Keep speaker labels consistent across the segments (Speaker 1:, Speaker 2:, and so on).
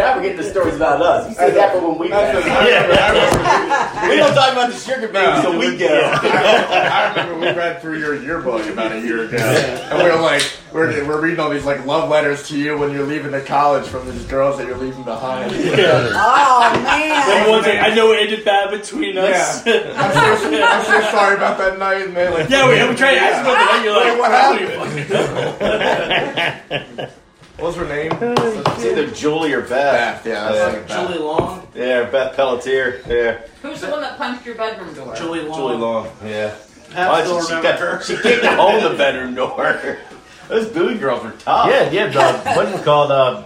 Speaker 1: forgetting the stories about us. You said that for when we
Speaker 2: That's
Speaker 1: back.
Speaker 2: a- I remember-
Speaker 1: We don't talk about the sugar babies
Speaker 2: No.
Speaker 1: a week ago.
Speaker 2: I remember we read through your yearbook about a year ago, and we were like, we're, we're reading all these like love letters to you when you're leaving the college from these girls that you're leaving behind.
Speaker 3: Oh man.
Speaker 4: Number one's like, I know it ended bad between us. Yeah,
Speaker 2: I'm, so, I'm so sorry about that night, man. Like,
Speaker 4: we, we tried to ask about that. You're like,
Speaker 2: Wait, what
Speaker 4: happened?
Speaker 2: what was her name?
Speaker 1: It's either Julie or Beth.
Speaker 2: Beth, yeah, I was
Speaker 1: Yeah.
Speaker 2: thinking Beth.
Speaker 5: Julie Long.
Speaker 1: Yeah, Beth Pelletier. Yeah,
Speaker 6: Who's the one that punched your bedroom door?
Speaker 5: Julie Long.
Speaker 1: Julie Long. Yeah.
Speaker 5: Pat
Speaker 1: Oh,
Speaker 5: still
Speaker 1: she, she,
Speaker 5: remembered
Speaker 1: got,
Speaker 5: her.
Speaker 1: she kicked home the bedroom door. Those booty girls were tough.
Speaker 7: Yeah, yeah. The, what was it called? Uh,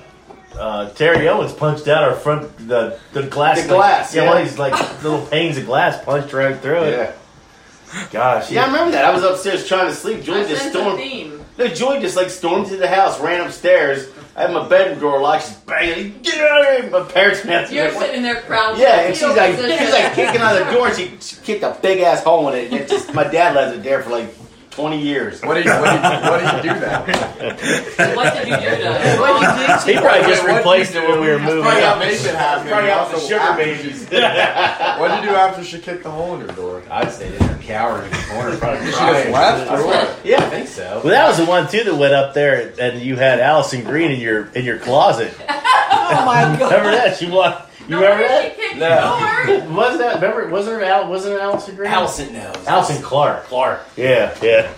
Speaker 7: uh, Terry Owens punched out our front the the glass.
Speaker 1: The glass,
Speaker 7: Yeah,
Speaker 1: yeah.
Speaker 7: one of these like little panes of glass punched right through
Speaker 1: Yeah.
Speaker 7: it. Gosh.
Speaker 1: Yeah, I remember that. I was upstairs trying to sleep. Julie
Speaker 6: I
Speaker 1: just
Speaker 6: sense a
Speaker 1: stormed.
Speaker 6: theme.
Speaker 1: No, Julie just like stormed to the house, ran upstairs. I had my bedroom door locked. She's banging, get out of here! My parents met
Speaker 6: You're sitting there proud.
Speaker 1: Yeah, and she's like,
Speaker 6: fetal
Speaker 1: she's like
Speaker 6: position.
Speaker 1: kicking out the door. And she, she kicked a big ass hole in it, and it just my dad left it there for like twenty years.
Speaker 2: What do you, what do you, what do you do that?
Speaker 6: What did you do to her?
Speaker 7: He probably just
Speaker 2: What
Speaker 7: replaced it when we were moving.
Speaker 2: Probably
Speaker 7: out.
Speaker 2: out made it happen.
Speaker 1: Probably out with
Speaker 2: Also,
Speaker 1: the sugar
Speaker 2: after-
Speaker 1: babies.
Speaker 2: What did you do after she kicked the hole in your door?
Speaker 1: I'd stay there cowering in the corner, probably
Speaker 2: She just
Speaker 1: crying.
Speaker 2: left, or what?
Speaker 1: Yeah, I think so.
Speaker 7: Well, that was the one too that went up there, and you had Allison Green in your in your closet.
Speaker 3: Oh my god.
Speaker 7: Remember that? She walked. You
Speaker 6: No
Speaker 7: remember
Speaker 6: wonder
Speaker 7: that?
Speaker 6: she kicked
Speaker 1: No.
Speaker 6: the door.
Speaker 7: Was that? Remember? Was there? Al, wasn't it Allison Green?
Speaker 1: Allison knows.
Speaker 7: Allison Clark.
Speaker 1: Clark.
Speaker 7: Yeah, yeah.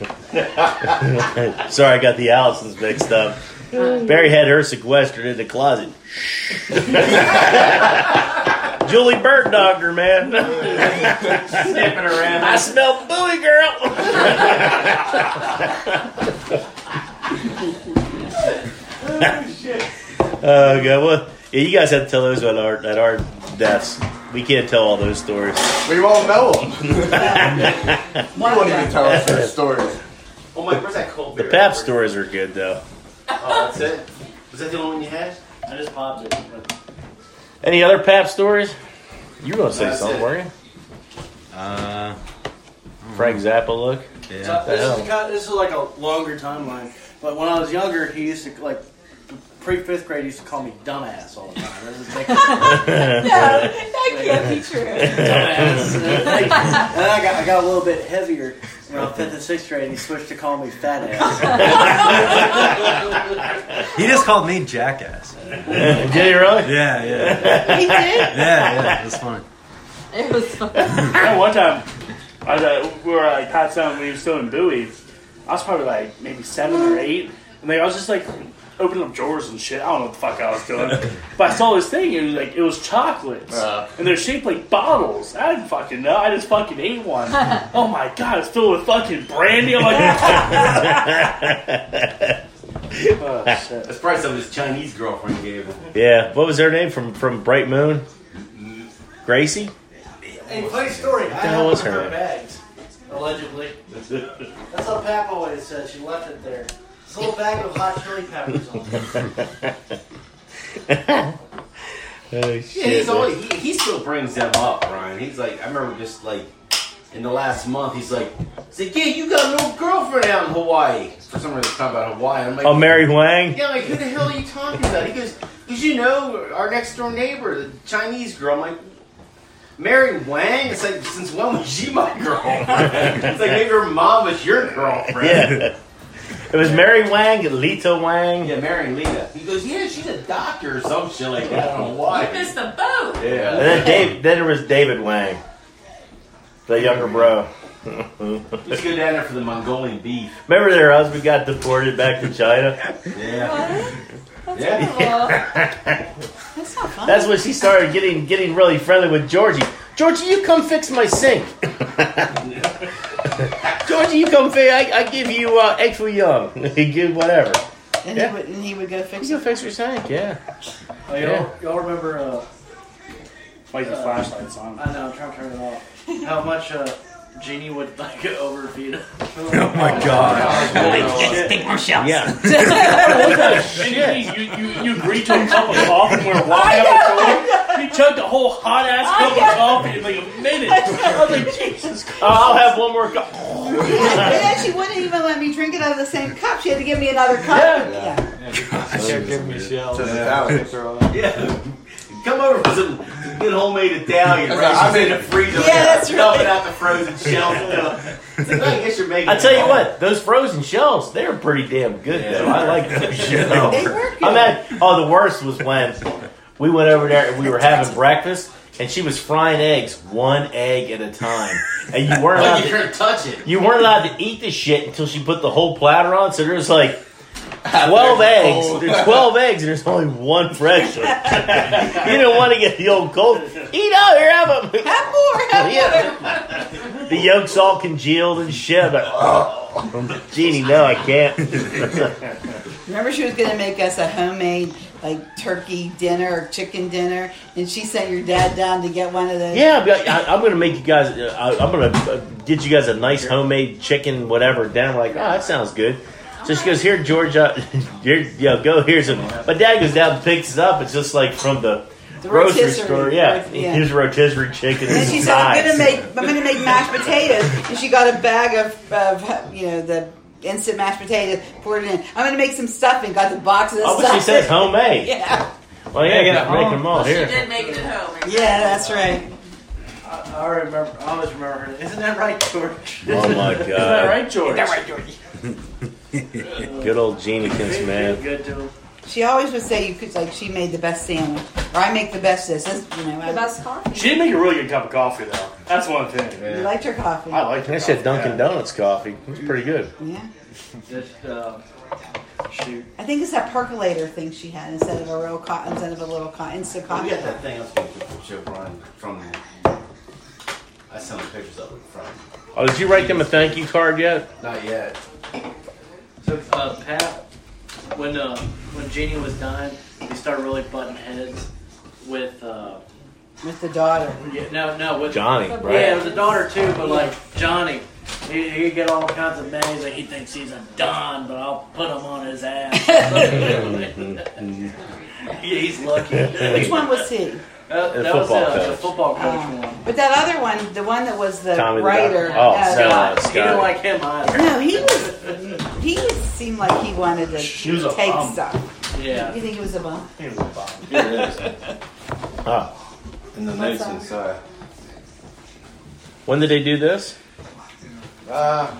Speaker 7: Sorry, I got the Allisons mixed up. Barry had her sequestered in the closet. Julie Bird Doctor, man. Sniffing around. I smell buoy, girl. Oh, God. Well, yeah, you guys have to tell those at our, at our deaths. We can't tell all those stories.
Speaker 2: We won't know them. we won't even tell us their stories.
Speaker 1: Oh my, where's that cold
Speaker 7: The
Speaker 1: beer?
Speaker 7: Pap stories are good, though.
Speaker 1: Oh, that's it. Was that the only one you had? I just popped it.
Speaker 7: Any other Pap stories? You were gonna say
Speaker 1: That's
Speaker 7: something,
Speaker 1: it.
Speaker 7: weren't
Speaker 5: Uh,
Speaker 7: you? Frank Zappa look.
Speaker 5: So this,
Speaker 7: Yeah.
Speaker 5: is kind this is like a longer timeline. But when I was younger, he used to like pre fifth grade he used to call me dumbass all the time. That was like,
Speaker 3: No, that can't be true.
Speaker 5: dumbass. and then I got I got a little bit heavier. You know, fifth and sixth grade, and he switched to call me fat ass.
Speaker 8: He just called me jackass.
Speaker 7: Did he really?
Speaker 8: Yeah, yeah,
Speaker 3: He did.
Speaker 8: yeah, yeah. That's funny.
Speaker 6: It was fun.
Speaker 4: Yeah, one time, I was at, we were like Pat's down. We were still in Bowie's. I was probably like maybe seven or eight, and like I was just like opening up drawers and shit. I don't know what the fuck I was doing, but I saw this thing and it was like it was chocolates, and they're shaped like bottles. I didn't fucking know. I just fucking ate one. oh my god, it's filled with fucking brandy. I'm like, oh shit.
Speaker 1: That's probably something his Chinese girlfriend gave him.
Speaker 7: Yeah. What was her name from from Bright Moon? Gracie.
Speaker 5: hey, funny story. I
Speaker 7: hell was
Speaker 5: opened
Speaker 7: her?
Speaker 5: bags allegedly. That's what Pap always said. She left it there. This little bag of hot chili peppers on. it.
Speaker 7: Oh,
Speaker 1: Yeah, he's only, he, he still brings them up, Brian. He's like, I remember just like in the last month, he's like, he's like, yeah, you got a new girlfriend out in Hawaii. For some reason, he's talking about Hawaii. I'm like,
Speaker 7: Oh, Mary Wang.
Speaker 1: yeah, I'm like who the hell are you talking about? He goes, because you know our next door neighbor, the Chinese girl. I'm like, Mary Wang. It's like since when was she my girlfriend? it's like maybe her mom was your girlfriend.
Speaker 7: Yeah. It was Mary Wang, Lita Wang.
Speaker 1: Yeah, Mary Lita. He goes, yeah, she's a doctor or some shit like that. I don't know
Speaker 6: You
Speaker 1: why.
Speaker 6: missed the boat.
Speaker 7: And
Speaker 1: Yeah.
Speaker 7: then Dave, then there was David Wang, the younger bro.
Speaker 1: Let's go down there for the Mongolian beef.
Speaker 7: Remember their husband got deported back to China?
Speaker 1: Yeah.
Speaker 3: What? That's
Speaker 1: Yeah.
Speaker 3: horrible. That's not fun.
Speaker 7: That's when she started getting getting really friendly with Georgie. Georgie, you come fix my sink. Georgie, you come fix. I, I give you uh, egg foo young. give whatever.
Speaker 3: and
Speaker 7: yeah.
Speaker 3: he would and he would go fix
Speaker 7: You
Speaker 3: it.
Speaker 7: can fix your sink, yeah.
Speaker 5: Oh,
Speaker 7: Yeah.
Speaker 5: y'all, y'all remember? Uh,
Speaker 4: Like the flashlights on.
Speaker 5: I know, I'm trying to turn it off. How much uh, Jeannie would like overfeed us.
Speaker 8: Oh my god.
Speaker 7: Yeah.
Speaker 4: And you, you, you, you reach a cup of coffee and we're walking out the door. You chugged a whole hot ass cup of coffee in like a minute. I was like, Jesus Christ.
Speaker 7: I'll have one more. cup.
Speaker 3: Yeah, and then she wouldn't even let me drink it out of the same cup. She had to give me another cup. Yeah.
Speaker 9: And he kept giving me shells.
Speaker 2: Just
Speaker 9: Yeah.
Speaker 2: Italian.
Speaker 9: Throw it.
Speaker 1: Yeah. Come over for some good homemade Italian.
Speaker 2: That's
Speaker 1: Right?
Speaker 2: right.
Speaker 1: I'm in the freezer.
Speaker 3: Yeah, that's right.
Speaker 1: Dumping out the frozen shells. you know. It's like, I guess you're making.
Speaker 7: I tell
Speaker 1: it
Speaker 7: you
Speaker 1: home.
Speaker 7: what, those frozen shells, they're pretty damn good
Speaker 1: Yeah.
Speaker 7: though. I like those shells.
Speaker 3: They were good.
Speaker 7: I mean, oh, the worst was when we went over there and we were having breakfast, and she was frying eggs one egg at a time, and you weren't allowed
Speaker 1: Like you
Speaker 7: to,
Speaker 1: couldn't touch it.
Speaker 7: you weren't allowed to eat the shit until she put the whole platter on. So there was like twelve eggs, there's twelve eggs, and there's only one fresh. one. you don't want to get the old cold. Eat out here, have a
Speaker 3: Have more, have
Speaker 7: Yeah.
Speaker 3: more.
Speaker 7: the yolks all congealed and shit. I'm like, oh, Jeannie, no, I can't.
Speaker 3: Remember, she was going to make us a homemade like turkey dinner or chicken dinner, and she sent your dad down to get one of those.
Speaker 7: Yeah, I'll be like, I, I'm gonna make you guys. uh, I, I'm gonna uh, get you guys a nice homemade chicken, whatever. Then I'm like, oh, that sounds good. So she goes, here, Georgia, here, yo, go here's some. My dad goes down and picks it up. It's just like from the,
Speaker 3: The
Speaker 7: grocery
Speaker 3: rotisserie.
Speaker 7: store. Yeah,
Speaker 3: Yeah.
Speaker 7: here's rotisserie chicken.
Speaker 3: And then she said, "I'm gonna make, I'm gonna make mashed potatoes." And she got a bag of, of you know, the instant mashed potatoes, poured it in. I'm gonna make some stuffing. Got the box of the
Speaker 7: Oh, but
Speaker 3: stuffing.
Speaker 7: she says homemade.
Speaker 3: yeah,
Speaker 7: Well, yeah,
Speaker 9: Make it
Speaker 7: get
Speaker 9: at
Speaker 7: making
Speaker 9: home.
Speaker 7: them all
Speaker 6: She
Speaker 7: oh, here.
Speaker 6: did make it at home.
Speaker 3: yeah, that's right.
Speaker 5: I, I remember. I always remember her. Isn't that right, George?
Speaker 7: Oh my
Speaker 4: Isn't Uh, that
Speaker 7: god,
Speaker 4: right, George?
Speaker 7: good old Jeannikins, man.
Speaker 4: Good to him.
Speaker 3: She always would say, "You could like she made the best sandwich, or I make the best this." That's, you know,
Speaker 6: The
Speaker 3: I,
Speaker 6: best coffee.
Speaker 4: She did make a really good cup of coffee, though. That's one thing.
Speaker 3: you liked her coffee.
Speaker 4: I like
Speaker 7: I
Speaker 4: that.
Speaker 7: said Dunkin' Donuts coffee. It's pretty good.
Speaker 3: Yeah,
Speaker 5: Just uh, shoot.
Speaker 3: I think it's that percolator thing she had instead of a real cotton, instead of a little cotton, instant
Speaker 1: We
Speaker 7: Oh,
Speaker 3: coffee.
Speaker 1: got Oh, that thing I was speaking to Joe Bryan from. I sent him pictures of it from.
Speaker 7: Oh, did you write them a thank you card yet?
Speaker 1: Not yet.
Speaker 5: So uh, Pat, when uh, when Jeannie was dying, they started really butting heads with uh,
Speaker 3: with the daughter.
Speaker 5: yeah, no, no, with
Speaker 7: Johnny,
Speaker 5: Yeah,
Speaker 7: right?
Speaker 5: with the daughter too, but like Johnny, he he get all kinds of names. Like he thinks he's a don, but I'll put him on his ass. yeah, he's lucky.
Speaker 3: Which one was he?
Speaker 5: Uh,
Speaker 7: The
Speaker 5: that was
Speaker 7: football
Speaker 5: uh, the
Speaker 7: coach.
Speaker 5: football coach
Speaker 3: Um,
Speaker 5: one.
Speaker 3: but that other one, the one that was the
Speaker 7: Tommy the
Speaker 3: writer.
Speaker 7: Doctor. Oh,
Speaker 3: uh,
Speaker 7: Scott.
Speaker 5: He didn't like him either.
Speaker 3: No, he was. He seemed like he wanted to
Speaker 4: She was a
Speaker 3: take
Speaker 4: bum.
Speaker 3: stuff.
Speaker 5: Yeah.
Speaker 3: You think he was a bum?
Speaker 4: He was a bum.
Speaker 1: Here it is.
Speaker 7: Oh.
Speaker 1: In the
Speaker 3: What's
Speaker 1: notes
Speaker 3: that?
Speaker 1: inside.
Speaker 7: When did they do this?
Speaker 5: Ah.
Speaker 1: Uh,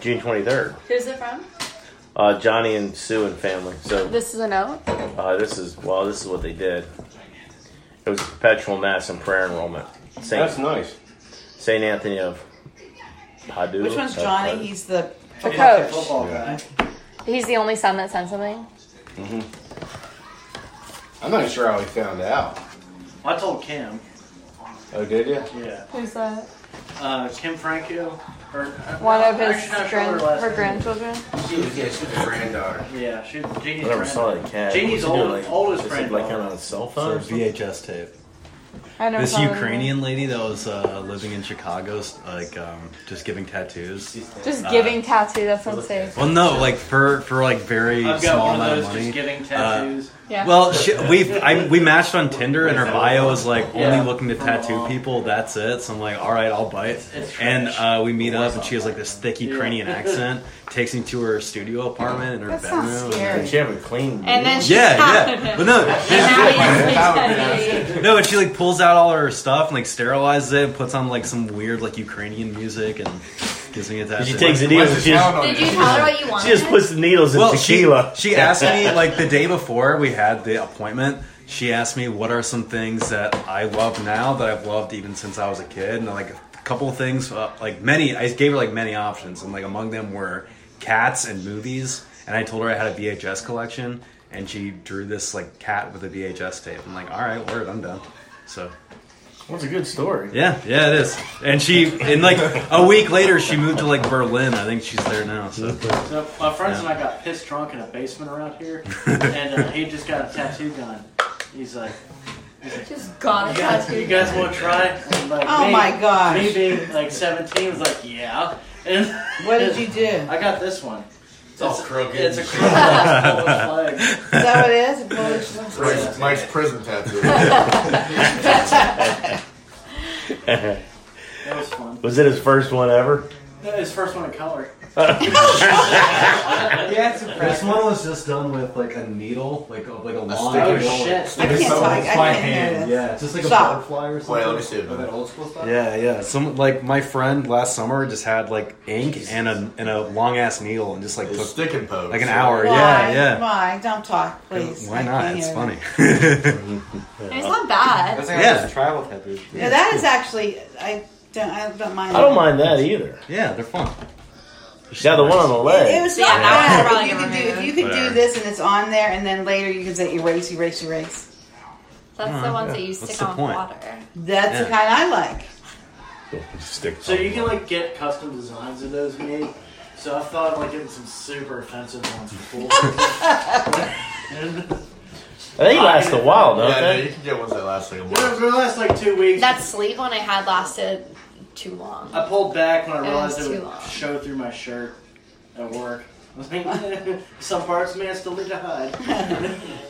Speaker 7: June 23rd.
Speaker 6: Who's it from?
Speaker 7: Uh, Johnny and Sue and family. So
Speaker 6: This is a note.
Speaker 7: uh, this is well, this is what they did. It was perpetual mass and prayer enrollment.
Speaker 1: that's
Speaker 7: Saint
Speaker 1: nice.
Speaker 7: Saint Anthony of Padua.
Speaker 3: Which one's Johnny? He's the.
Speaker 6: The coach.
Speaker 5: Football guy.
Speaker 6: He's the only son that sent something.
Speaker 1: I'm not sure how he found out.
Speaker 5: I told Kim.
Speaker 1: Oh, did you?
Speaker 5: Yeah.
Speaker 6: Who's that?
Speaker 5: Uh, Kim Franco. Or,
Speaker 6: One of
Speaker 5: I'm
Speaker 6: his
Speaker 5: actually not sure
Speaker 6: grand,
Speaker 5: last
Speaker 6: her
Speaker 5: name.
Speaker 6: grandchildren.
Speaker 1: She was, yeah, she was a granddaughter.
Speaker 5: Yeah, she Jeannie's
Speaker 7: I never saw
Speaker 5: granddaughter.
Speaker 7: that cat.
Speaker 5: Jeannie's
Speaker 7: What's he doing,
Speaker 5: old-
Speaker 7: like,
Speaker 5: oldest
Speaker 7: is it
Speaker 5: friend.
Speaker 7: like on a cell phone.
Speaker 8: So
Speaker 7: or something?
Speaker 8: VHS tape.
Speaker 6: I never
Speaker 8: This
Speaker 6: saw them.
Speaker 8: Ukrainian lady that was uh, living in Chicago, s- like um, just giving tattoos.
Speaker 6: Just giving tattoo. That's unsafe.
Speaker 8: Well, no, like for for like very
Speaker 5: I've got
Speaker 8: small
Speaker 5: one of
Speaker 8: amount of
Speaker 5: those just
Speaker 8: money. Uh,
Speaker 5: giving tattoos.
Speaker 6: Yeah.
Speaker 8: Well, she, we I, we matched on Tinder, and her bio was like only
Speaker 5: Yeah.
Speaker 8: looking to tattoo people. That's it. So I'm like, all right, I'll bite.
Speaker 5: It's
Speaker 8: And uh, we meet up, and she has like this thick
Speaker 5: Yeah.
Speaker 8: Ukrainian accent. Takes me to her studio apartment in her
Speaker 3: That
Speaker 8: bedroom.
Speaker 3: sounds
Speaker 8: and-
Speaker 7: Did
Speaker 3: scary.
Speaker 7: she have a clean?
Speaker 6: and then she
Speaker 8: Yeah, yeah. But no,
Speaker 6: yeah.
Speaker 8: no, but she like pulls out all her stuff and like sterilizes it, and puts on like some weird like Ukrainian music, and gives me a tattoo.
Speaker 7: she takes the needles. and She just,
Speaker 6: Did you tell her what you
Speaker 7: she
Speaker 6: wanted?
Speaker 7: just puts the needles in
Speaker 8: well,
Speaker 7: tequila.
Speaker 8: She, she asked me like the day before we had the appointment. She asked me what are some things that I love now that I've loved even since I was a kid, and like a couple of things, uh, like many. I gave her like many options, and like among them were cats and movies. And I told her I had a VHS collection, and she drew this like cat with a VHS tape. I'm like, all right, word, I'm done. So
Speaker 7: What's a good story?
Speaker 8: yeah, yeah, it is. And she, and like a week later, she moved to like Berlin. I think she's there now. So
Speaker 5: So my friends and I got pissed drunk in a basement around here, and uh, he just got a tattoo gun. He's like,
Speaker 6: Just got a
Speaker 5: you guys,
Speaker 6: tattoo.
Speaker 5: you guys want to try? it?" And, like,
Speaker 3: Oh
Speaker 5: me-
Speaker 3: my gosh.
Speaker 5: Me being like 17 was like, yeah. And
Speaker 3: What did you do? Is
Speaker 5: I got this one. It's
Speaker 1: all crooked.
Speaker 5: It's a crooked Polish flag.
Speaker 3: that what it is? A Polish-
Speaker 2: Mike's, Mike's prison tattoo.
Speaker 5: That was fun.
Speaker 7: Was it his first one ever?
Speaker 5: That was his first one in color.
Speaker 9: Yeah, it's a
Speaker 8: This one was just done with like a needle, like a, like a long
Speaker 2: stick
Speaker 8: needle.
Speaker 2: of
Speaker 5: shit.
Speaker 8: Stick
Speaker 3: I
Speaker 8: of
Speaker 3: can't talk-
Speaker 8: someone
Speaker 3: I
Speaker 8: by
Speaker 3: can't hear
Speaker 8: hand.
Speaker 3: this.
Speaker 8: Yeah, it's just like
Speaker 3: Stop.
Speaker 8: a butterfly or something.
Speaker 2: Wait, let me see it.
Speaker 8: Oh, that old school stuff. Yeah, yeah. Some like my friend last summer just had like ink and a and a long ass needle and just like
Speaker 2: It's
Speaker 8: took
Speaker 2: stick and poke.
Speaker 8: like an hour.
Speaker 3: Why?
Speaker 8: Yeah, yeah.
Speaker 3: Why? Don't talk, please. I
Speaker 8: Why
Speaker 3: can't
Speaker 8: not? It's
Speaker 3: hear
Speaker 8: funny.
Speaker 6: I mean, it's not bad.
Speaker 9: That's like
Speaker 8: Yeah.
Speaker 9: yeah. a tribal tattoo.
Speaker 3: it. No, that is actually. I don't. I don't mind.
Speaker 7: I don't mind that either.
Speaker 8: yeah, they're fun.
Speaker 7: Yeah, the one on the
Speaker 3: It, it
Speaker 7: leg.
Speaker 3: was not
Speaker 6: Yeah, I
Speaker 3: bad.
Speaker 6: probably
Speaker 3: If you could
Speaker 6: never
Speaker 3: do,
Speaker 6: knew.
Speaker 3: if you could do
Speaker 8: Whatever.
Speaker 3: this and it's on there, and then later you can say erase, erase, erase.
Speaker 6: That's the
Speaker 8: Uh,
Speaker 6: ones that
Speaker 8: yeah.
Speaker 6: you
Speaker 8: What's
Speaker 6: stick
Speaker 8: the
Speaker 6: on
Speaker 8: point?
Speaker 6: water.
Speaker 3: That's the
Speaker 8: Yeah.
Speaker 3: kind I like.
Speaker 7: Stick.
Speaker 5: So you can like get custom designs of those made. So I thought of like getting some super offensive ones for cool.
Speaker 7: They last a while,
Speaker 2: Yeah,
Speaker 7: don't
Speaker 2: no,
Speaker 7: they?
Speaker 2: you can get ones that last like a month.
Speaker 5: For the last like two weeks,
Speaker 6: That sleeve one I had lasted too long.
Speaker 5: I pulled back when I
Speaker 6: It
Speaker 5: realized
Speaker 6: was
Speaker 5: it
Speaker 6: too
Speaker 5: would
Speaker 6: long.
Speaker 5: show through my shirt at work. I was like, some parts, man, still need to hide.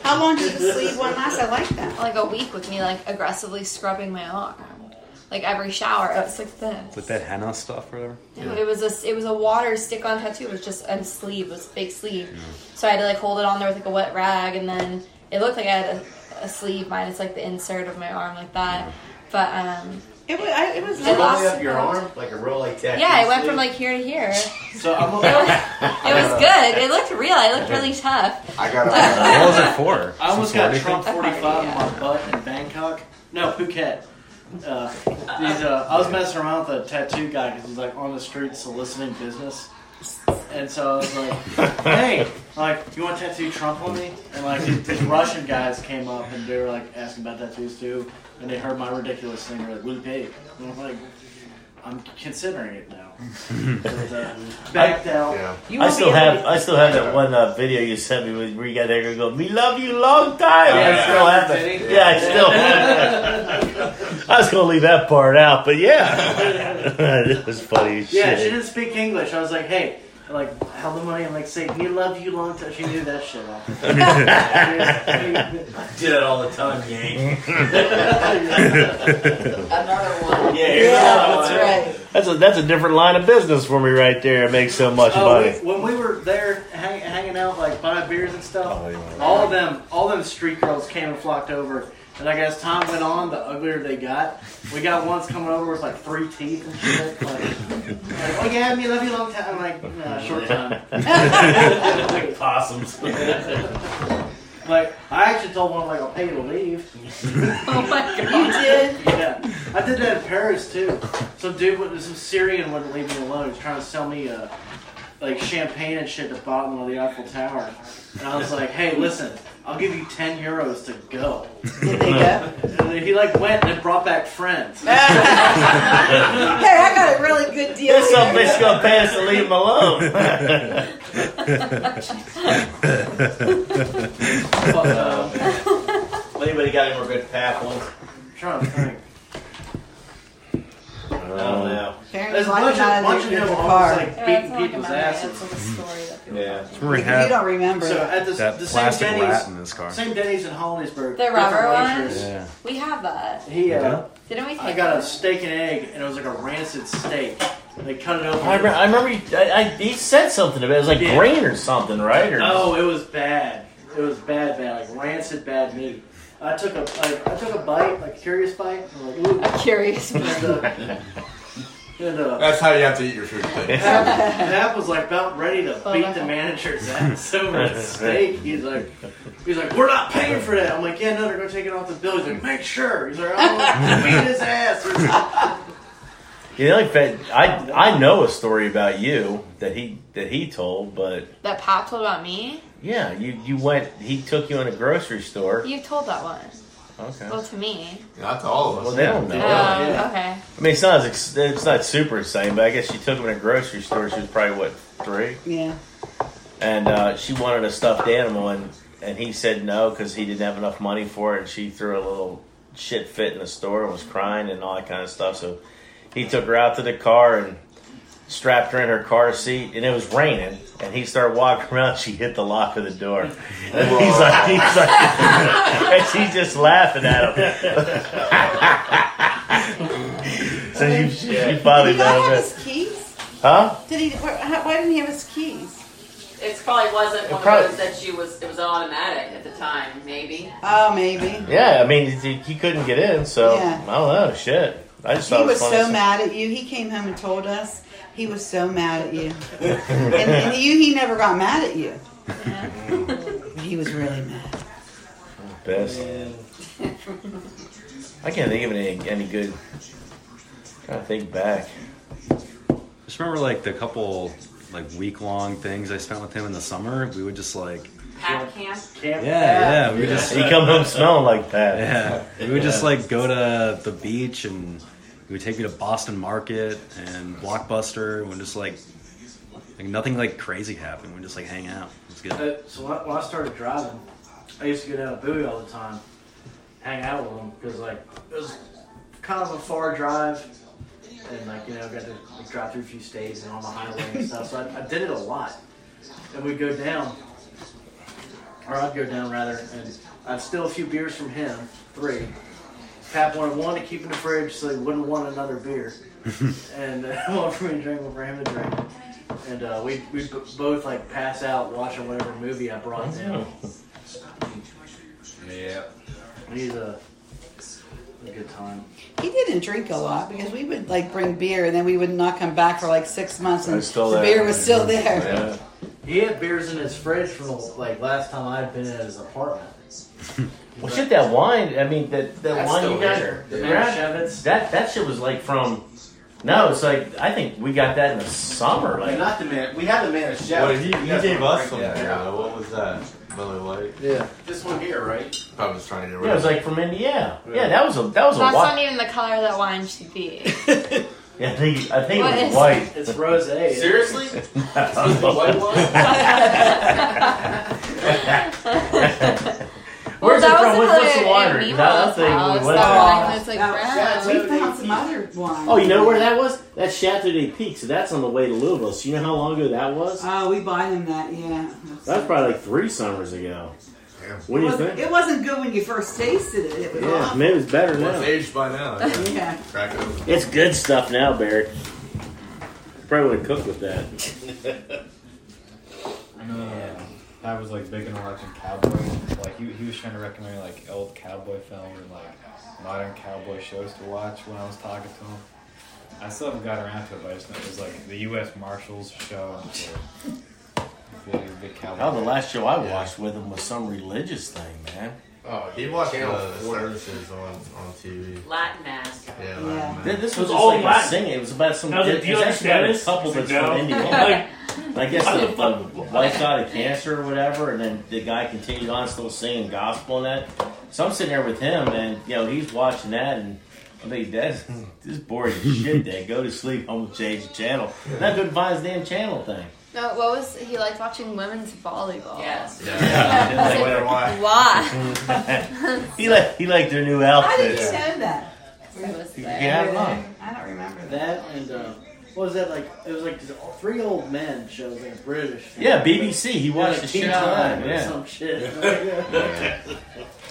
Speaker 3: How long did the sleeve one last? I like that.
Speaker 6: Like a week with me like aggressively scrubbing my arm. Like every shower, it was like this.
Speaker 8: Like that henna stuff or whatever.
Speaker 6: No, it was a it was a water stick on tattoo. It was just a sleeve. It was a fake sleeve. So I had to like hold it on there with like a wet rag, and then it looked like I had a, a sleeve minus like the insert of my arm like that. But um,
Speaker 3: It was. I, it was.
Speaker 6: I
Speaker 1: All the
Speaker 3: Nice.
Speaker 6: lost-
Speaker 1: way up your arm, like a real like tattoo.
Speaker 6: yeah, it went from
Speaker 1: sleeve.
Speaker 6: like here to here.
Speaker 5: So I'm
Speaker 6: It was,
Speaker 5: like,
Speaker 6: it was good. It looked real. It looked really tough.
Speaker 2: I got
Speaker 8: What was it for?
Speaker 5: I almost
Speaker 8: Some
Speaker 5: got
Speaker 8: sorority
Speaker 5: Trump
Speaker 6: thing?
Speaker 5: 45 on my butt in Bangkok. No, Phuket. Uh, these, uh, I was messing around with a tattoo guy because he's like on the street soliciting business. And so I was like, hey, like, you want to tattoo Trump on me? And like, these, these Russian guys came up and they were like asking about tattoos too. And they heard my ridiculous thing. They're like, will you pay? And I'm like, I'm considering it now. but, uh, backed out.
Speaker 2: Yeah.
Speaker 3: You
Speaker 7: I
Speaker 3: won't
Speaker 7: still
Speaker 3: be able
Speaker 7: have
Speaker 3: to-
Speaker 7: I still have that one uh, video you sent me with- where you got there and go, "We love you long time." I
Speaker 5: Yeah.
Speaker 7: still have that. Yeah, I still have that. I was gonna leave that part out, but yeah, it was funny as
Speaker 5: Yeah, she
Speaker 7: shit.
Speaker 5: didn't speak English. I was like, hey, I, like held the money and like say, we love you long time. She knew that shit. off.
Speaker 1: I did it all the time, Yank.
Speaker 3: another one.
Speaker 1: Yeah,
Speaker 3: Yeah,
Speaker 1: here's another
Speaker 3: that's
Speaker 1: one.
Speaker 3: right.
Speaker 7: That's a that's a different line of business for me right there. It makes so much
Speaker 5: oh,
Speaker 7: money.
Speaker 5: we, when we were there hang, hanging out, like buying beers and stuff, all of them, all them street girls came and flocked over. And like as time went on, the uglier they got. We got ones coming over with like three teeth and shit. Like, like, oh yeah, we love you long time. I'm like, nah, short time.
Speaker 1: Like possums.
Speaker 5: Like I actually told one like I'll pay you to leave.
Speaker 6: Oh my god.
Speaker 3: You did.
Speaker 5: Yeah, I did that in Paris too. Some dude, with- some Syrian wouldn't leave me alone. He was trying to sell me uh, like champagne and shit at the bottom of the Eiffel Tower, and I was like, "Hey, listen, I'll give you ten euros to go."
Speaker 3: Did they go?
Speaker 5: And then he like went and brought back friends.
Speaker 3: hey, I got a really good deal.
Speaker 7: This some
Speaker 3: here.
Speaker 7: bitch gonna pay us to leave him alone.
Speaker 5: But, uh,
Speaker 1: Anybody got any more good path ones?
Speaker 5: I'm trying to think.
Speaker 1: I don't know.
Speaker 3: Apparently,
Speaker 5: There's a
Speaker 3: why
Speaker 5: bunch of,
Speaker 3: not
Speaker 5: bunch of
Speaker 3: under
Speaker 5: them
Speaker 3: the
Speaker 5: always
Speaker 3: car?
Speaker 5: like
Speaker 6: Yeah, that's
Speaker 5: beating
Speaker 6: not like a
Speaker 5: people's
Speaker 6: memory,
Speaker 5: asses.
Speaker 6: That's like a story that people
Speaker 1: Yeah.
Speaker 8: We
Speaker 3: you
Speaker 8: had
Speaker 3: don't remember.
Speaker 5: So at this,
Speaker 8: that
Speaker 5: the same
Speaker 8: plastic rat
Speaker 5: Denny's,
Speaker 8: in this car.
Speaker 5: same Denny's in Hollinsburg.
Speaker 6: The
Speaker 5: different
Speaker 6: rubber one?
Speaker 5: waitress.
Speaker 8: Yeah.
Speaker 6: We have that.
Speaker 5: He uh,
Speaker 8: Yeah.
Speaker 6: Didn't we?
Speaker 5: I
Speaker 6: Take
Speaker 5: got a
Speaker 6: that?
Speaker 5: steak and egg, and it was like a rancid steak. They cut it open.
Speaker 7: I, re- I remember he, I, I, he said something about it. it was like
Speaker 5: Yeah.
Speaker 7: green or something, right? Or
Speaker 5: oh, it was bad. It was bad, bad, like rancid, bad meat. I took a, I, I took a bite, like curious bite. and I'm like, ooh.
Speaker 6: I'm curious.
Speaker 5: And, uh, and uh,
Speaker 2: That's how you have to eat your food. Thing.
Speaker 5: Zap was like about ready to beat the manager's ass over a steak. He's like, he's like, we're not paying for that. I'm like, yeah, no, they're gonna take it off the bill. He's like, make sure. He's like, oh, beat his ass. Or something.
Speaker 7: You know, in fact, I I know a story about you that he that he told, but
Speaker 6: that Pop told about me.
Speaker 7: yeah, you you went. He took you in a grocery store.
Speaker 6: You told that one.
Speaker 7: Okay.
Speaker 6: Well, to me.
Speaker 2: Not to all of
Speaker 7: Well,
Speaker 2: us.
Speaker 7: they don't
Speaker 6: Oh,
Speaker 7: know.
Speaker 5: yeah.
Speaker 6: okay.
Speaker 7: I mean, it's not as ex- it's not super exciting, but I guess she took him in a grocery store. She was probably what three,
Speaker 3: yeah.
Speaker 7: and uh, she wanted a stuffed animal, and and he said no because he didn't have enough money for it. And she threw a little shit fit in the store and was crying and all that kind of stuff. So he took her out to the car and strapped her in her car seat, and it was raining. And he started walking around. She hit the lock of the door. And he's like, he's like, and she's just laughing at him. so you, you finally
Speaker 3: Did I
Speaker 7: know
Speaker 3: have
Speaker 7: that.
Speaker 3: his keys?
Speaker 7: Huh?
Speaker 3: Did he? Why, how- why didn't he have his keys?
Speaker 10: It probably wasn't one
Speaker 7: probably-
Speaker 10: of those that you was. It was automatic at the time, maybe.
Speaker 3: Oh, maybe.
Speaker 7: Yeah, I mean, he, he couldn't get in, so
Speaker 3: Yeah.
Speaker 7: I don't know. Shit. I just thought
Speaker 3: He
Speaker 7: it was,
Speaker 3: was
Speaker 7: funny.
Speaker 3: so mad at you. He came home and told us he was so mad at you. and, and you, he never got mad at you. he was really mad.
Speaker 7: Best. I can't think of any, any good. Gotta think back.
Speaker 8: Just remember like the couple like week long things I spent with him in the summer. We would just like
Speaker 10: Pack camp.
Speaker 8: yeah yeah we would just
Speaker 7: You come home smelling like that.
Speaker 8: yeah we would just like go to the beach and he would take me to Boston Market and Blockbuster and just like like nothing like crazy happened. We'd just like hang out. It was good.
Speaker 5: Uh, So when, when I started driving, I used to go down to Bowie all the time, hang out with them because like it was kind of a far drive, and like you know got to like, drive through a few states and on the highway and stuff. So I, I did it a lot, and we'd go down, or I'd go down rather, and I'd steal a few beers from him, three. Pat wanted one to keep in the fridge so he wouldn't want another beer, and uh, one for me to drink, one for him to drink and uh, we we b- both like pass out watching whatever movie I brought down.
Speaker 8: Yeah.
Speaker 5: He's a, a good time.
Speaker 3: He didn't drink a lot because we would like bring beer and then we would not come back for like six months and
Speaker 7: It's still
Speaker 3: the
Speaker 7: there.
Speaker 3: beer was still there.
Speaker 7: Yeah.
Speaker 5: He had beers in his fridge from the, like last time I'd been at his apartment.
Speaker 7: Well, shit, that wine. I mean, that, that
Speaker 9: That's
Speaker 7: wine
Speaker 9: still
Speaker 7: you guys
Speaker 9: there.
Speaker 5: The
Speaker 7: Yeah.
Speaker 5: Manischewitz.
Speaker 7: That that shit was like from. No, it's like I think we got that in the summer.
Speaker 1: Like,
Speaker 7: Like
Speaker 1: not the man. We had the man of
Speaker 9: Well,
Speaker 1: shout.
Speaker 9: he, he gave us some. Yeah. What was that? Miller Lite.
Speaker 5: Yeah.
Speaker 1: This one here, right?
Speaker 9: I was trying to.
Speaker 7: yeah, it was like from Indiana. Yeah, that was a that was a
Speaker 6: That's not
Speaker 7: white.
Speaker 6: even the color that wine should be.
Speaker 7: Yeah, I think I think
Speaker 6: What
Speaker 7: it was
Speaker 6: is-
Speaker 7: white.
Speaker 5: It's rose.
Speaker 1: Seriously? White wine?
Speaker 7: Where's it
Speaker 6: that
Speaker 7: from?
Speaker 6: was
Speaker 7: What's, what's the
Speaker 6: color
Speaker 7: water?
Speaker 6: in
Speaker 7: That
Speaker 6: Milo's
Speaker 7: thing.
Speaker 6: house.
Speaker 7: what's
Speaker 6: That
Speaker 7: it-
Speaker 6: wine was like
Speaker 3: Now,
Speaker 6: brown.
Speaker 3: We found some other wine.
Speaker 7: Oh, you know where that was? That's Chateau des Peaks. So that's on the way to Louisville. So you know how long ago that was?
Speaker 3: Oh, we bought him that. Yeah.
Speaker 7: That's probably like three summers ago. What do
Speaker 3: It
Speaker 7: you
Speaker 3: wasn't,
Speaker 7: think?
Speaker 3: it wasn't good when you first tasted it. It was
Speaker 7: Yeah, maybe it's better
Speaker 9: It's
Speaker 7: now.
Speaker 9: aged by now. Yeah.
Speaker 3: awful. Yeah.
Speaker 9: Crack it open.
Speaker 7: It's good stuff now, Barrett. Probably would cook with that.
Speaker 9: Yeah. uh, I was like big into watching cowboy. Like he, he was trying to recommend like old cowboy film and like modern cowboy shows to watch when I was talking to him. I still haven't got around to it, but I just know it was like the U.S. Marshals show. Before he was a big cowboy.
Speaker 7: Hell, the last show I watched with him was some religious thing, man.
Speaker 11: Oh,
Speaker 9: He watched the
Speaker 11: four.
Speaker 9: services on on TV.
Speaker 10: Latin mask.
Speaker 9: Yeah.
Speaker 3: Yeah.
Speaker 9: Like,
Speaker 7: Th- This was
Speaker 4: It was
Speaker 7: all
Speaker 4: all
Speaker 7: like a
Speaker 4: Latin.
Speaker 7: singing. It was about some.
Speaker 4: How's it-
Speaker 7: It,
Speaker 4: do you
Speaker 7: it's actually about a
Speaker 4: understand
Speaker 7: couple
Speaker 4: this?
Speaker 7: that's from
Speaker 4: No.
Speaker 7: Indiana.
Speaker 4: Like,
Speaker 7: I guess
Speaker 4: I
Speaker 7: the,
Speaker 4: don't
Speaker 7: the
Speaker 4: fucking-
Speaker 7: wife died of cancer or whatever, and then the guy continued on still singing gospel and that. So I'm sitting there with him, and you know he's watching that, and I think that's this is boring as shit. Dad, go to sleep. I'm gonna change the channel. And I couldn't find his damn channel thing.
Speaker 6: No, what was he liked watching women's volleyball?
Speaker 10: Yes.
Speaker 7: Yeah.
Speaker 6: I
Speaker 9: wonder why.
Speaker 6: Why?
Speaker 7: he like he liked their new
Speaker 3: How did
Speaker 7: outfit.
Speaker 3: you know that?
Speaker 6: I was there.
Speaker 7: Yeah, I don't know.
Speaker 3: I don't remember that.
Speaker 5: That and uh, what was that like? It was like these all- three old men shows like a British. thing.
Speaker 7: Yeah, BBC. He
Speaker 5: Yeah,
Speaker 7: watched
Speaker 5: like
Speaker 7: the shit
Speaker 5: Teen
Speaker 7: out of
Speaker 5: Time
Speaker 7: that.
Speaker 5: or
Speaker 7: Yeah,
Speaker 5: Some shit. Yeah.
Speaker 7: he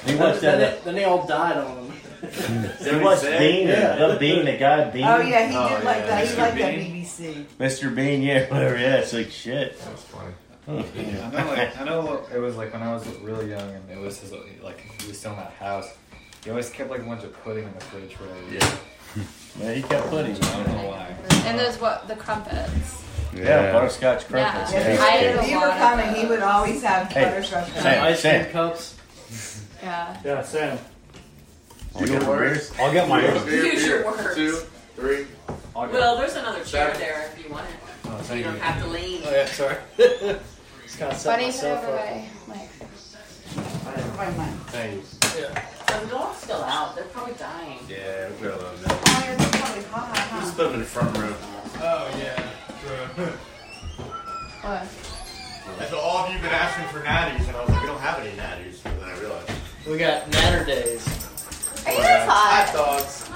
Speaker 5: then,
Speaker 7: watched
Speaker 5: then
Speaker 7: that.
Speaker 5: they, then they all died on them.
Speaker 7: He watched Bean, the Bean, the guy Bean.
Speaker 3: Oh yeah, he
Speaker 9: Oh,
Speaker 3: did
Speaker 9: yeah.
Speaker 3: like that. He
Speaker 9: Mr.
Speaker 3: liked that
Speaker 9: Bean?
Speaker 3: BBC.
Speaker 7: Mr. Bean, yeah, whatever. Yeah, it's like shit. Hmm.
Speaker 9: That's funny.
Speaker 11: Yeah.
Speaker 9: Yeah.
Speaker 11: I know, like, I know it was like when I was really young, and it was his, like he was still in that house. He always kept like a bunch of pudding in the fridge for like,
Speaker 9: Yeah.
Speaker 7: Yeah, he kept putting. it
Speaker 11: I
Speaker 7: on.
Speaker 11: don't know why.
Speaker 6: And there's what the crumpets.
Speaker 7: Yeah, butterscotch
Speaker 6: Yeah.
Speaker 7: crumpets.
Speaker 6: Yeah. I ate a
Speaker 3: If you were
Speaker 6: lot of
Speaker 3: coming, he
Speaker 6: those.
Speaker 3: would always have
Speaker 7: Hey,
Speaker 3: butterscotch.
Speaker 7: Sam,
Speaker 5: Ice cream
Speaker 7: Sam.
Speaker 5: cups.
Speaker 6: Yeah.
Speaker 4: Yeah, Sam.
Speaker 8: I'll get,
Speaker 2: Worse.
Speaker 8: I'll get my
Speaker 2: Beer,
Speaker 10: Use your
Speaker 2: beer.
Speaker 10: words.
Speaker 2: Two, three.
Speaker 11: I'll go.
Speaker 10: Well, there's another chair
Speaker 2: That-
Speaker 10: there if you want it.
Speaker 11: oh,
Speaker 10: You
Speaker 11: thank
Speaker 10: don't
Speaker 11: you.
Speaker 10: have to lean.
Speaker 2: Oh, yeah, sorry.
Speaker 5: Just kind of set
Speaker 6: Bunny
Speaker 5: myself
Speaker 6: over
Speaker 5: up.
Speaker 6: my mic.
Speaker 3: Why am I-
Speaker 11: Thank you.
Speaker 10: So the dog's still out. They're probably dying.
Speaker 9: Yeah, we got a little bit.
Speaker 3: Oh, you're probably hot, huh?
Speaker 2: Put them in the front row.
Speaker 11: Oh yeah. True.
Speaker 6: What?
Speaker 2: And so all of you have been asking for natties, and I was like, we don't have any natties. And then I realized.
Speaker 5: We got Natter Days.
Speaker 6: Are you guys hot?
Speaker 2: dogs.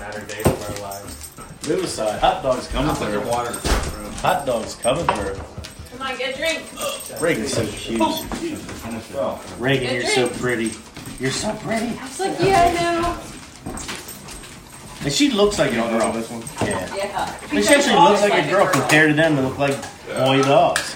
Speaker 9: Matter days of our lives.
Speaker 7: Riverside hot dogs coming
Speaker 2: Put your
Speaker 7: through.
Speaker 2: water in the front room.
Speaker 7: Hot dogs coming through.
Speaker 10: Come on, get a drink.
Speaker 7: Reagan is so cute.
Speaker 9: Well,
Speaker 7: Reagan, you're so pretty. You're so pretty.
Speaker 6: I was like, yeah, I know.
Speaker 7: And she looks like a
Speaker 2: Y'all know
Speaker 7: girl.
Speaker 2: this one.
Speaker 7: Yeah.
Speaker 10: Yeah.
Speaker 7: But she actually looks like a girl compared to them that look like boy dogs.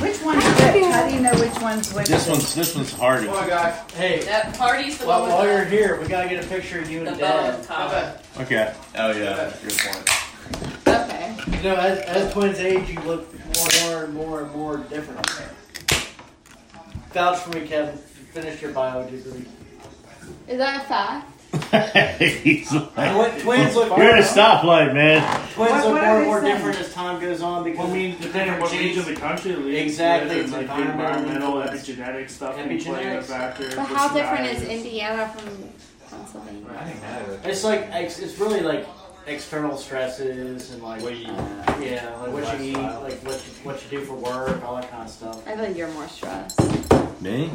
Speaker 3: Which one's which? How do you know which one's which?
Speaker 7: This one's this one's harder.
Speaker 1: Come on, guys.
Speaker 5: Hey,
Speaker 10: That party's the
Speaker 5: while,
Speaker 10: one
Speaker 5: while you're
Speaker 10: with
Speaker 5: here, we gotta get a picture of you
Speaker 10: the, the
Speaker 5: and
Speaker 10: bow
Speaker 5: Dad.
Speaker 1: How
Speaker 10: tie.
Speaker 1: about
Speaker 7: Okay.
Speaker 2: Oh yeah, good point.
Speaker 10: Okay.
Speaker 5: You know, as, as Quinn's age, you look more, more and more and more different. Vouch for me, Kevin. You finished your bio degree.
Speaker 6: Is that a fact?
Speaker 7: He's like,
Speaker 5: Twi- Twins look
Speaker 7: You're at a stoplight, man.
Speaker 5: Twins
Speaker 3: What-
Speaker 5: look
Speaker 3: what
Speaker 5: more
Speaker 3: are
Speaker 5: and more
Speaker 3: they saying?
Speaker 5: different as time goes on because
Speaker 4: Well, I mean, depending on what
Speaker 5: genes-
Speaker 4: region of the country it leaves,
Speaker 5: Exactly,
Speaker 4: it's like the environmental,
Speaker 5: environmental,
Speaker 4: epigenetic stuff can play a
Speaker 5: epigenetics.
Speaker 4: factor.
Speaker 6: But how different is
Speaker 4: personality.
Speaker 6: Indiana from Pennsylvania?
Speaker 11: I think that is.
Speaker 5: It's like ex- it's really like external stresses and like
Speaker 11: What you-
Speaker 5: yeah, like what you eat,
Speaker 11: Lifestyle.
Speaker 5: like what you, what you do for work, all that kind of stuff.
Speaker 6: I feel like you're more stressed.
Speaker 7: Me?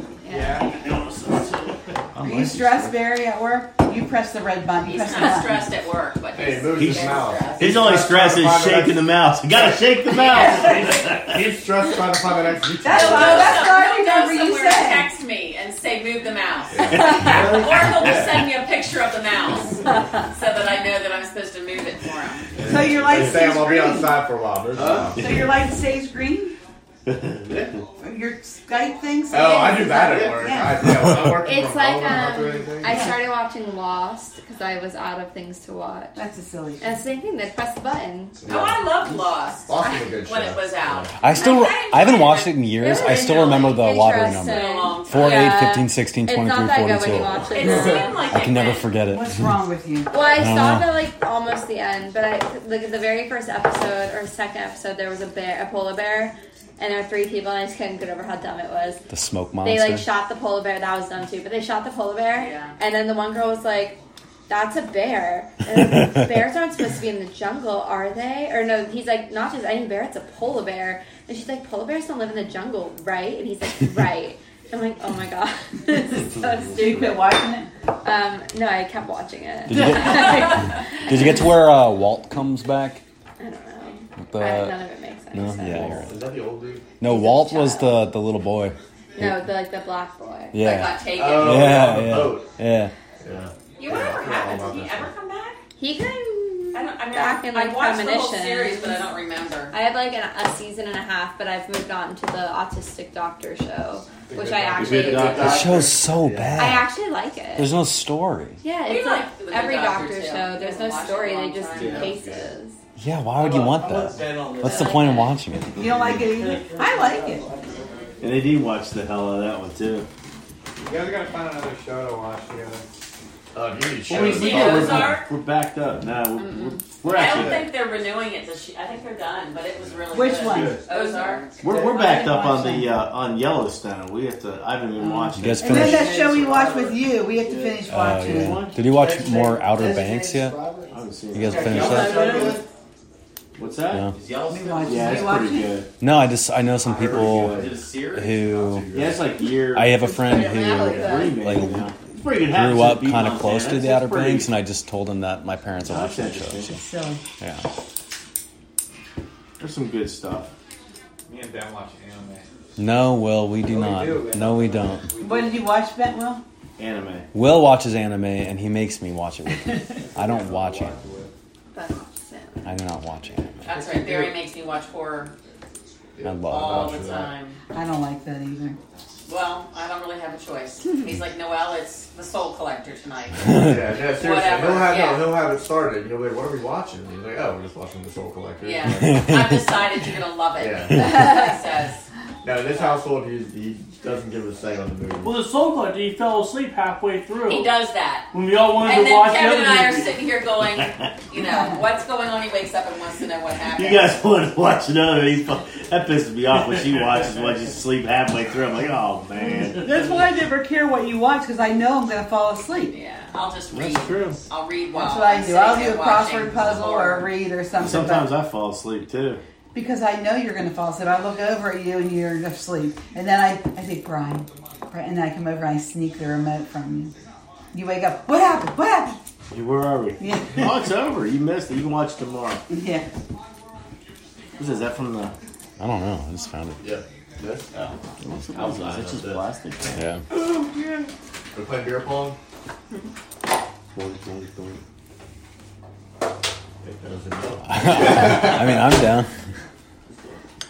Speaker 3: Are you stressed, Barry, at work? You press the red button. You
Speaker 10: He's
Speaker 3: press the
Speaker 10: not
Speaker 3: button.
Speaker 10: stressed at work, but
Speaker 2: Hey,
Speaker 10: he's,
Speaker 2: move
Speaker 10: he's
Speaker 2: his
Speaker 10: very
Speaker 2: mouth.
Speaker 10: stressed.
Speaker 7: His only stress is shaking the mouse. You gotta shake the mouse.
Speaker 2: He's stressed by the time it actually.
Speaker 3: That's
Speaker 10: He'll
Speaker 3: what,
Speaker 10: go
Speaker 3: that's what I
Speaker 10: some- he'll go
Speaker 3: remember you
Speaker 10: somewhere and
Speaker 3: saying.
Speaker 10: text me and say, move the mouse. or he'll just send me a picture of the mouse so that I know that I'm supposed to move it for him.
Speaker 3: So your light
Speaker 2: Hey, Sam,
Speaker 3: stays
Speaker 2: I'll be
Speaker 3: green.
Speaker 2: outside for a while. There's
Speaker 3: So your light stays green.
Speaker 1: Yeah.
Speaker 3: Your Skype thing. stays-
Speaker 2: Oh, I do that at work. I, yeah, when I'm working
Speaker 6: It's
Speaker 2: from
Speaker 6: like
Speaker 2: home, I'm not doing
Speaker 6: um,
Speaker 2: anything.
Speaker 6: I started watching Lost because I was out of things to watch.
Speaker 3: That's a silly.
Speaker 6: And same thing, they press the button.
Speaker 10: Oh, I loved Lost
Speaker 2: Lost is a good
Speaker 10: when
Speaker 2: show.
Speaker 10: it was out.
Speaker 8: I still, I haven't watched it in
Speaker 6: It was
Speaker 8: years. I still remember the
Speaker 6: really
Speaker 8: lottery
Speaker 6: interesting.
Speaker 8: number.
Speaker 10: Long time.
Speaker 8: 4, 8,
Speaker 6: Yeah.
Speaker 8: 15, 16,
Speaker 6: It's not
Speaker 8: 23,
Speaker 6: that good when you
Speaker 8: 42.
Speaker 6: watch
Speaker 10: It
Speaker 6: it.
Speaker 10: seemed like
Speaker 8: I
Speaker 10: it
Speaker 8: can never
Speaker 10: went-
Speaker 8: forget it.
Speaker 3: What's wrong with you?
Speaker 6: Well, I
Speaker 8: don't
Speaker 6: saw
Speaker 8: know.
Speaker 6: it at like almost the end, but I like the very first episode or second episode, there was a bear, a polar bear, and there were three people, and I just couldn't get over how dumb it was.
Speaker 8: The smoke
Speaker 6: They
Speaker 8: monster.
Speaker 6: like shot the polar bear. That was dumb too. But they shot the polar bear,
Speaker 10: Yeah.
Speaker 6: and then the one girl was like, "That's a bear. And bears aren't supposed to be in the jungle, are they?" Or no, he's like, "Not just any bear. It's a polar bear." And she's like, "Polar bears don't live in the jungle, right?" And he's like, "Right." I'm like, "Oh my god, this is so
Speaker 3: Did you quit
Speaker 6: stupid."
Speaker 3: watching it?
Speaker 6: Um, no, I kept watching it.
Speaker 8: Did you Did you get to where uh, Walt comes back?
Speaker 6: I don't know.
Speaker 8: With
Speaker 6: I,
Speaker 8: The,
Speaker 6: none of it makes any
Speaker 8: no,
Speaker 6: sense.
Speaker 8: yeah, you're right.
Speaker 1: Is that the old dude?
Speaker 8: no.
Speaker 6: He's a
Speaker 8: Walt was the
Speaker 6: child.
Speaker 8: the little boy.
Speaker 6: No, the like the black boy.
Speaker 10: That
Speaker 8: Yeah,
Speaker 10: got taken.
Speaker 1: Oh,
Speaker 8: Yeah,
Speaker 1: the
Speaker 8: yeah.
Speaker 1: boat.
Speaker 8: yeah.
Speaker 10: you wonder what happened? Did he ever come back?
Speaker 6: He came
Speaker 10: I don't. I mean,
Speaker 6: back in
Speaker 10: I
Speaker 6: like
Speaker 10: watched the whole
Speaker 6: premonition.
Speaker 10: series, but I don't remember.
Speaker 6: I had like an, a season and a half, but I've moved on to the autistic doctor show, which I actually
Speaker 8: The show's so
Speaker 6: I
Speaker 8: bad.
Speaker 6: actually like it.
Speaker 8: There's no story.
Speaker 6: yeah,
Speaker 10: We
Speaker 6: it's
Speaker 10: like
Speaker 6: like
Speaker 10: The Good
Speaker 6: every
Speaker 10: Doctor,
Speaker 6: doctor
Speaker 10: too.
Speaker 6: show. There's no
Speaker 10: Haven't watched it in a
Speaker 6: story.
Speaker 10: long
Speaker 6: They just
Speaker 10: time.
Speaker 6: do
Speaker 10: Yeah.
Speaker 6: cases.
Speaker 8: Yeah, why would you want
Speaker 5: I want
Speaker 8: that?
Speaker 5: Ben on this.
Speaker 8: What's the point of watching it?
Speaker 3: You don't like it either? I like it.
Speaker 7: And they do watch the hell out of that one too.
Speaker 9: You guys are gonna find another show to watch together.
Speaker 2: Oh, you need
Speaker 7: Well, we
Speaker 2: shows.
Speaker 7: need
Speaker 2: Oh,
Speaker 7: those
Speaker 2: we're-
Speaker 10: Ozark?
Speaker 7: We're backed up. Nah, we're, we're,
Speaker 10: I don't
Speaker 7: we're actually
Speaker 10: think they're renewing it. This sh- I think they're done, but it was really
Speaker 3: Which
Speaker 10: good.
Speaker 3: one?
Speaker 10: Ozark.
Speaker 7: we're, we're backed up on
Speaker 3: I didn't
Speaker 7: the uh, on Yellowstone. We have to. I haven't even watched
Speaker 8: You
Speaker 7: it.
Speaker 8: guys
Speaker 3: And then that
Speaker 8: finished?
Speaker 3: show we watched with you, we have to finish
Speaker 8: Uh,
Speaker 3: watching.
Speaker 8: yeah. Did you watch more Outer Banks yet?
Speaker 7: I haven't seen
Speaker 8: You
Speaker 7: it.
Speaker 8: guys finished that?
Speaker 7: What's that?
Speaker 8: No.
Speaker 3: We watched.
Speaker 7: Yeah,
Speaker 3: we
Speaker 7: it's
Speaker 3: watched.
Speaker 7: pretty good.
Speaker 8: No, I just I know some people
Speaker 9: Is it a series?
Speaker 8: who
Speaker 7: Yeah, it's like year.
Speaker 8: I have a friend
Speaker 6: Yeah, I like
Speaker 8: who
Speaker 6: that.
Speaker 7: remake
Speaker 8: like,
Speaker 7: now. It's pretty good. Happens
Speaker 8: grew
Speaker 7: to
Speaker 8: up
Speaker 7: be
Speaker 8: kind of
Speaker 7: Montana.
Speaker 8: close to the
Speaker 7: That's
Speaker 8: Outer
Speaker 7: pretty-
Speaker 8: Banks, and I just told him that my parents are
Speaker 7: Oh, that's
Speaker 8: watching that show.
Speaker 7: interesting.
Speaker 3: So
Speaker 8: so, Yeah.
Speaker 7: There's some good stuff.
Speaker 9: Me and Ben watch anime.
Speaker 8: No, Will, we
Speaker 9: Oh,
Speaker 8: do
Speaker 9: we
Speaker 8: not.
Speaker 9: do, yeah.
Speaker 8: no, we don't.
Speaker 3: what did you watch, Ben? Will?
Speaker 7: Anime.
Speaker 8: Will watches anime, and he makes me watch it. With him. I don't watch it.
Speaker 6: But no.
Speaker 8: I do not watch anime.
Speaker 10: That's right. Barry makes me watch horror
Speaker 8: I
Speaker 10: all
Speaker 8: love it.
Speaker 10: the time.
Speaker 3: I don't like that either.
Speaker 10: Well, I don't really have a choice. He's like, Noel, it's the Soul Collector tonight.
Speaker 2: Yeah, yeah, seriously.
Speaker 10: Whatever,
Speaker 2: He'll have
Speaker 10: yeah.
Speaker 2: no, he'll have it started. You'll be like, what are we watching? And he's like, oh, we're just watching the Soul Collector.
Speaker 10: Yeah, I've decided you're gonna love it.
Speaker 2: Yeah.
Speaker 10: That's what he says.
Speaker 2: No, in this household, he, he doesn't give a say on the movie.
Speaker 4: Well, the soul collector, he fell asleep halfway through.
Speaker 10: He does that.
Speaker 4: When we all wanted
Speaker 10: And
Speaker 4: to watch
Speaker 10: then Kevin and
Speaker 4: the other
Speaker 10: I are
Speaker 4: movie.
Speaker 10: sitting here going, you know, what's going on? He wakes up and wants to know what happened.
Speaker 7: You guys want to watch another? He's fu- That pisses me off when she watches when she's asleep halfway through. I'm like, oh man.
Speaker 3: That's why I never care what you watch because I know I'm going to fall asleep.
Speaker 10: Yeah, I'll just read.
Speaker 7: That's true.
Speaker 10: I'll read while
Speaker 3: That's what I
Speaker 10: I'm
Speaker 3: do. I'll
Speaker 10: sitting
Speaker 3: do a
Speaker 10: here watching
Speaker 3: crossword puzzle or a read or something.
Speaker 7: Sometimes I fall asleep too.
Speaker 3: but- because I know you're going to fall asleep. I look over at you and you're asleep, and then I I think Brian, Brian," and I come over and I sneak the remote from you. You wake up. What happened? What happened?
Speaker 7: Hey, Where are we?
Speaker 3: Yeah.
Speaker 7: Oh, it's over. You missed it. You can watch it tomorrow.
Speaker 3: Yeah.
Speaker 7: What is that from the?
Speaker 8: I don't know. I just found it.
Speaker 2: Yeah. This?
Speaker 7: Is it just plastic?
Speaker 8: Yeah.
Speaker 2: We play beer pong?
Speaker 8: I mean, I'm down.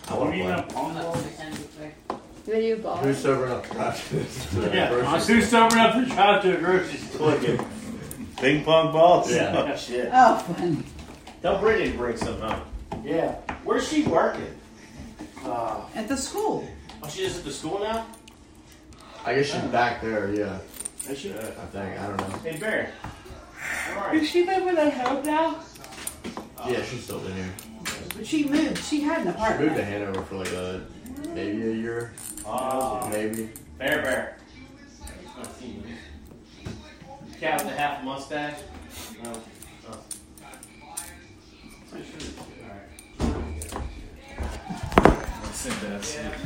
Speaker 12: Are you gonna pawn ball?
Speaker 6: They do ball.
Speaker 2: Who's sober up?
Speaker 12: Yeah, I'm too sober enough to drive to a grocery store.
Speaker 4: Ping pong balls.
Speaker 5: Yeah. Shit.
Speaker 3: Oh, funny.
Speaker 5: Tell Brittany to bring some out.
Speaker 12: Yeah.
Speaker 5: Where's she working?
Speaker 12: Uh,
Speaker 3: At the school.
Speaker 5: Oh, she's just at the school now?
Speaker 2: I guess she's back there, yeah.
Speaker 5: Is she?
Speaker 2: I think. I don't know.
Speaker 5: Hey, Barry.
Speaker 3: Does she live with a hope now?
Speaker 2: Yeah, she's still in here.
Speaker 3: But she moved. She
Speaker 2: She
Speaker 3: had an
Speaker 2: moved to
Speaker 3: apartment.
Speaker 2: Hanover for like a maybe a year,
Speaker 5: Oh,
Speaker 2: maybe.
Speaker 5: Bear Bear. I've seen you. Cat with a half mustache. No. Oh. Pretty sure it's- All right.
Speaker 13: Let's send that.